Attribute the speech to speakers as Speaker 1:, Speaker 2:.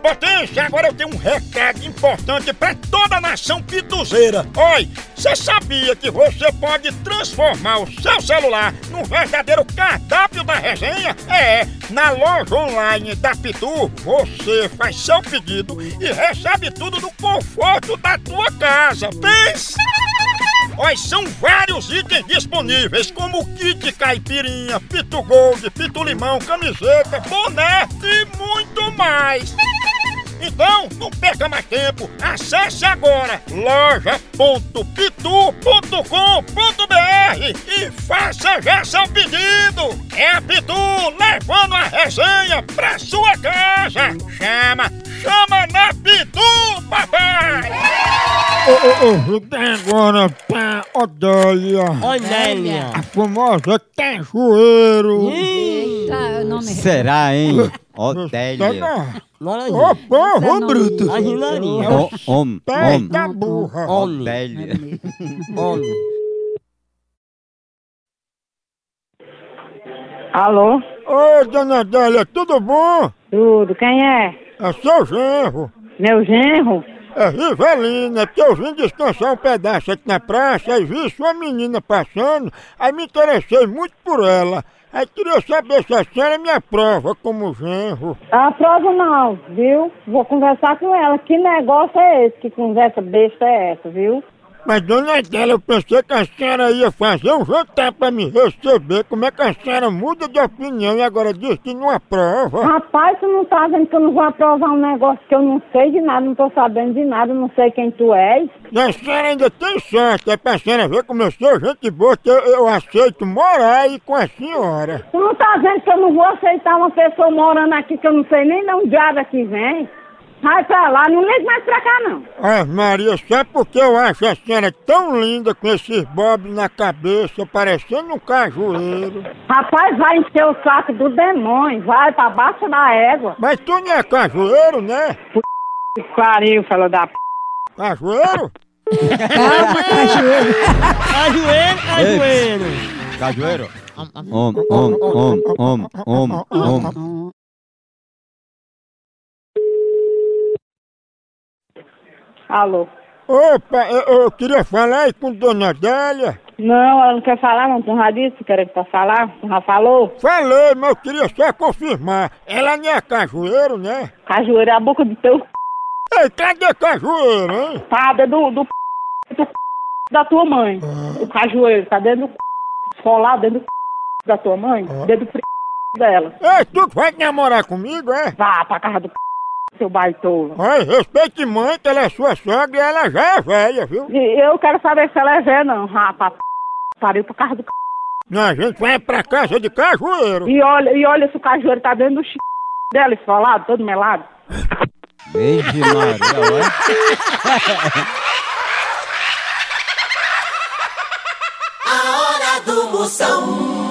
Speaker 1: potência, agora eu tenho um recado importante pra toda a nação pituzeira. Oi, você sabia que você pode transformar o seu celular num verdadeiro cardápio da resenha? É, na loja online da Pitu, você faz seu pedido e recebe tudo no conforto da tua casa. Pensa! Olha, são vários itens disponíveis, como kit caipirinha, pitu gold, pitu limão, camiseta, boné e muito mais. Então, não perca mais tempo, acesse agora loja.pitu.com.br e faça já seu pedido. É a Pitu levando a resenha pra sua casa. Chama, chama na Pitu, papai! Ô, ô, ô, vou dar agora pra Odélia,
Speaker 2: Olha,
Speaker 1: a famosa Tajueiro.
Speaker 3: Eita, é o nome
Speaker 4: Será, hein? Otélia.
Speaker 1: Odélia. Tá Ô, Oh.
Speaker 2: Noronha.
Speaker 1: porra, ô,
Speaker 3: Zanoninho.
Speaker 1: bruto.
Speaker 2: A Ginorinha.
Speaker 4: Om, om,
Speaker 1: Pé
Speaker 4: om.
Speaker 1: da burra.
Speaker 2: Homem.
Speaker 4: Otélia.
Speaker 2: Homem.
Speaker 5: Alô?
Speaker 1: Ô, dona Adélia, tudo bom?
Speaker 5: Tudo, quem é?
Speaker 1: É seu genro.
Speaker 5: Meu genro?
Speaker 1: É Rivelina, que eu vim descansar um pedaço aqui na praça e vi sua menina passando, aí me interessei muito por ela. Aí queria saber se a senhora me aprova como genro.
Speaker 5: Aprovo não, viu? Vou conversar com ela. Que negócio é esse? Que conversa besta é essa, viu?
Speaker 1: Mas dona Adélia, eu pensei que a senhora ia fazer um jantar pra me receber. Como é que a senhora muda de opinião e agora diz que não aprova?
Speaker 5: Rapaz, tu não tá vendo que eu não vou aprovar um negócio que eu não sei de nada, não tô sabendo de nada, não sei quem tu és.
Speaker 1: E a senhora ainda tem sorte, é pra senhora ver como eu sou gente boa, que eu, eu aceito morar aí com a senhora.
Speaker 5: Tu não tá vendo que eu não vou aceitar uma pessoa morando aqui que eu não sei nem de onde diabo é que vem? Vai pra lá, não liga mais pra cá não.
Speaker 1: Ah, Maria, só porque eu acho a senhora tão linda com esses bobs na cabeça, parecendo um cajueiro.
Speaker 5: Rapaz, vai encher o saco do demônio, vai pra baixo da égua.
Speaker 1: Mas tu não é cajueiro, né?
Speaker 5: Que pariu, falou da p...
Speaker 1: Cajueiro?
Speaker 2: Ajoelho, ajoelho.
Speaker 4: Cajueiro. Om, om, om, om, om, om.
Speaker 5: Alô?
Speaker 1: Opa, eu, eu queria falar aí com Dona Adélia.
Speaker 5: Não, ela não quer falar, não. Tu já disse que era pra falar? Tu já falou?
Speaker 1: Falei, mas eu queria só confirmar. Ela não é cajueiro, né?
Speaker 5: Cajueira é a boca do teu c...
Speaker 1: Ei, cadê cajueiro, hein?
Speaker 5: Tá do, do, c... do c... da tua mãe. O cajueiro tá dentro do c... esfolado dentro do c... da tua mãe, dentro do c... dela.
Speaker 1: Ei, tu que vai namorar comigo, é?
Speaker 5: Vá pra casa do c... seu baitola.
Speaker 1: Olha, respeite muito, ela é sua sogra e ela já é velha, viu?
Speaker 5: E eu quero saber se ela é velha, não, rapaz. Pariu pra casa do c...
Speaker 1: Não, a gente vai pra casa de cajueiro.
Speaker 5: E olha, e olha se o cajueiro tá dentro do c... dela, esfolado, todo melado.
Speaker 4: Beijo, Maria. olha.
Speaker 6: A hora do Moção.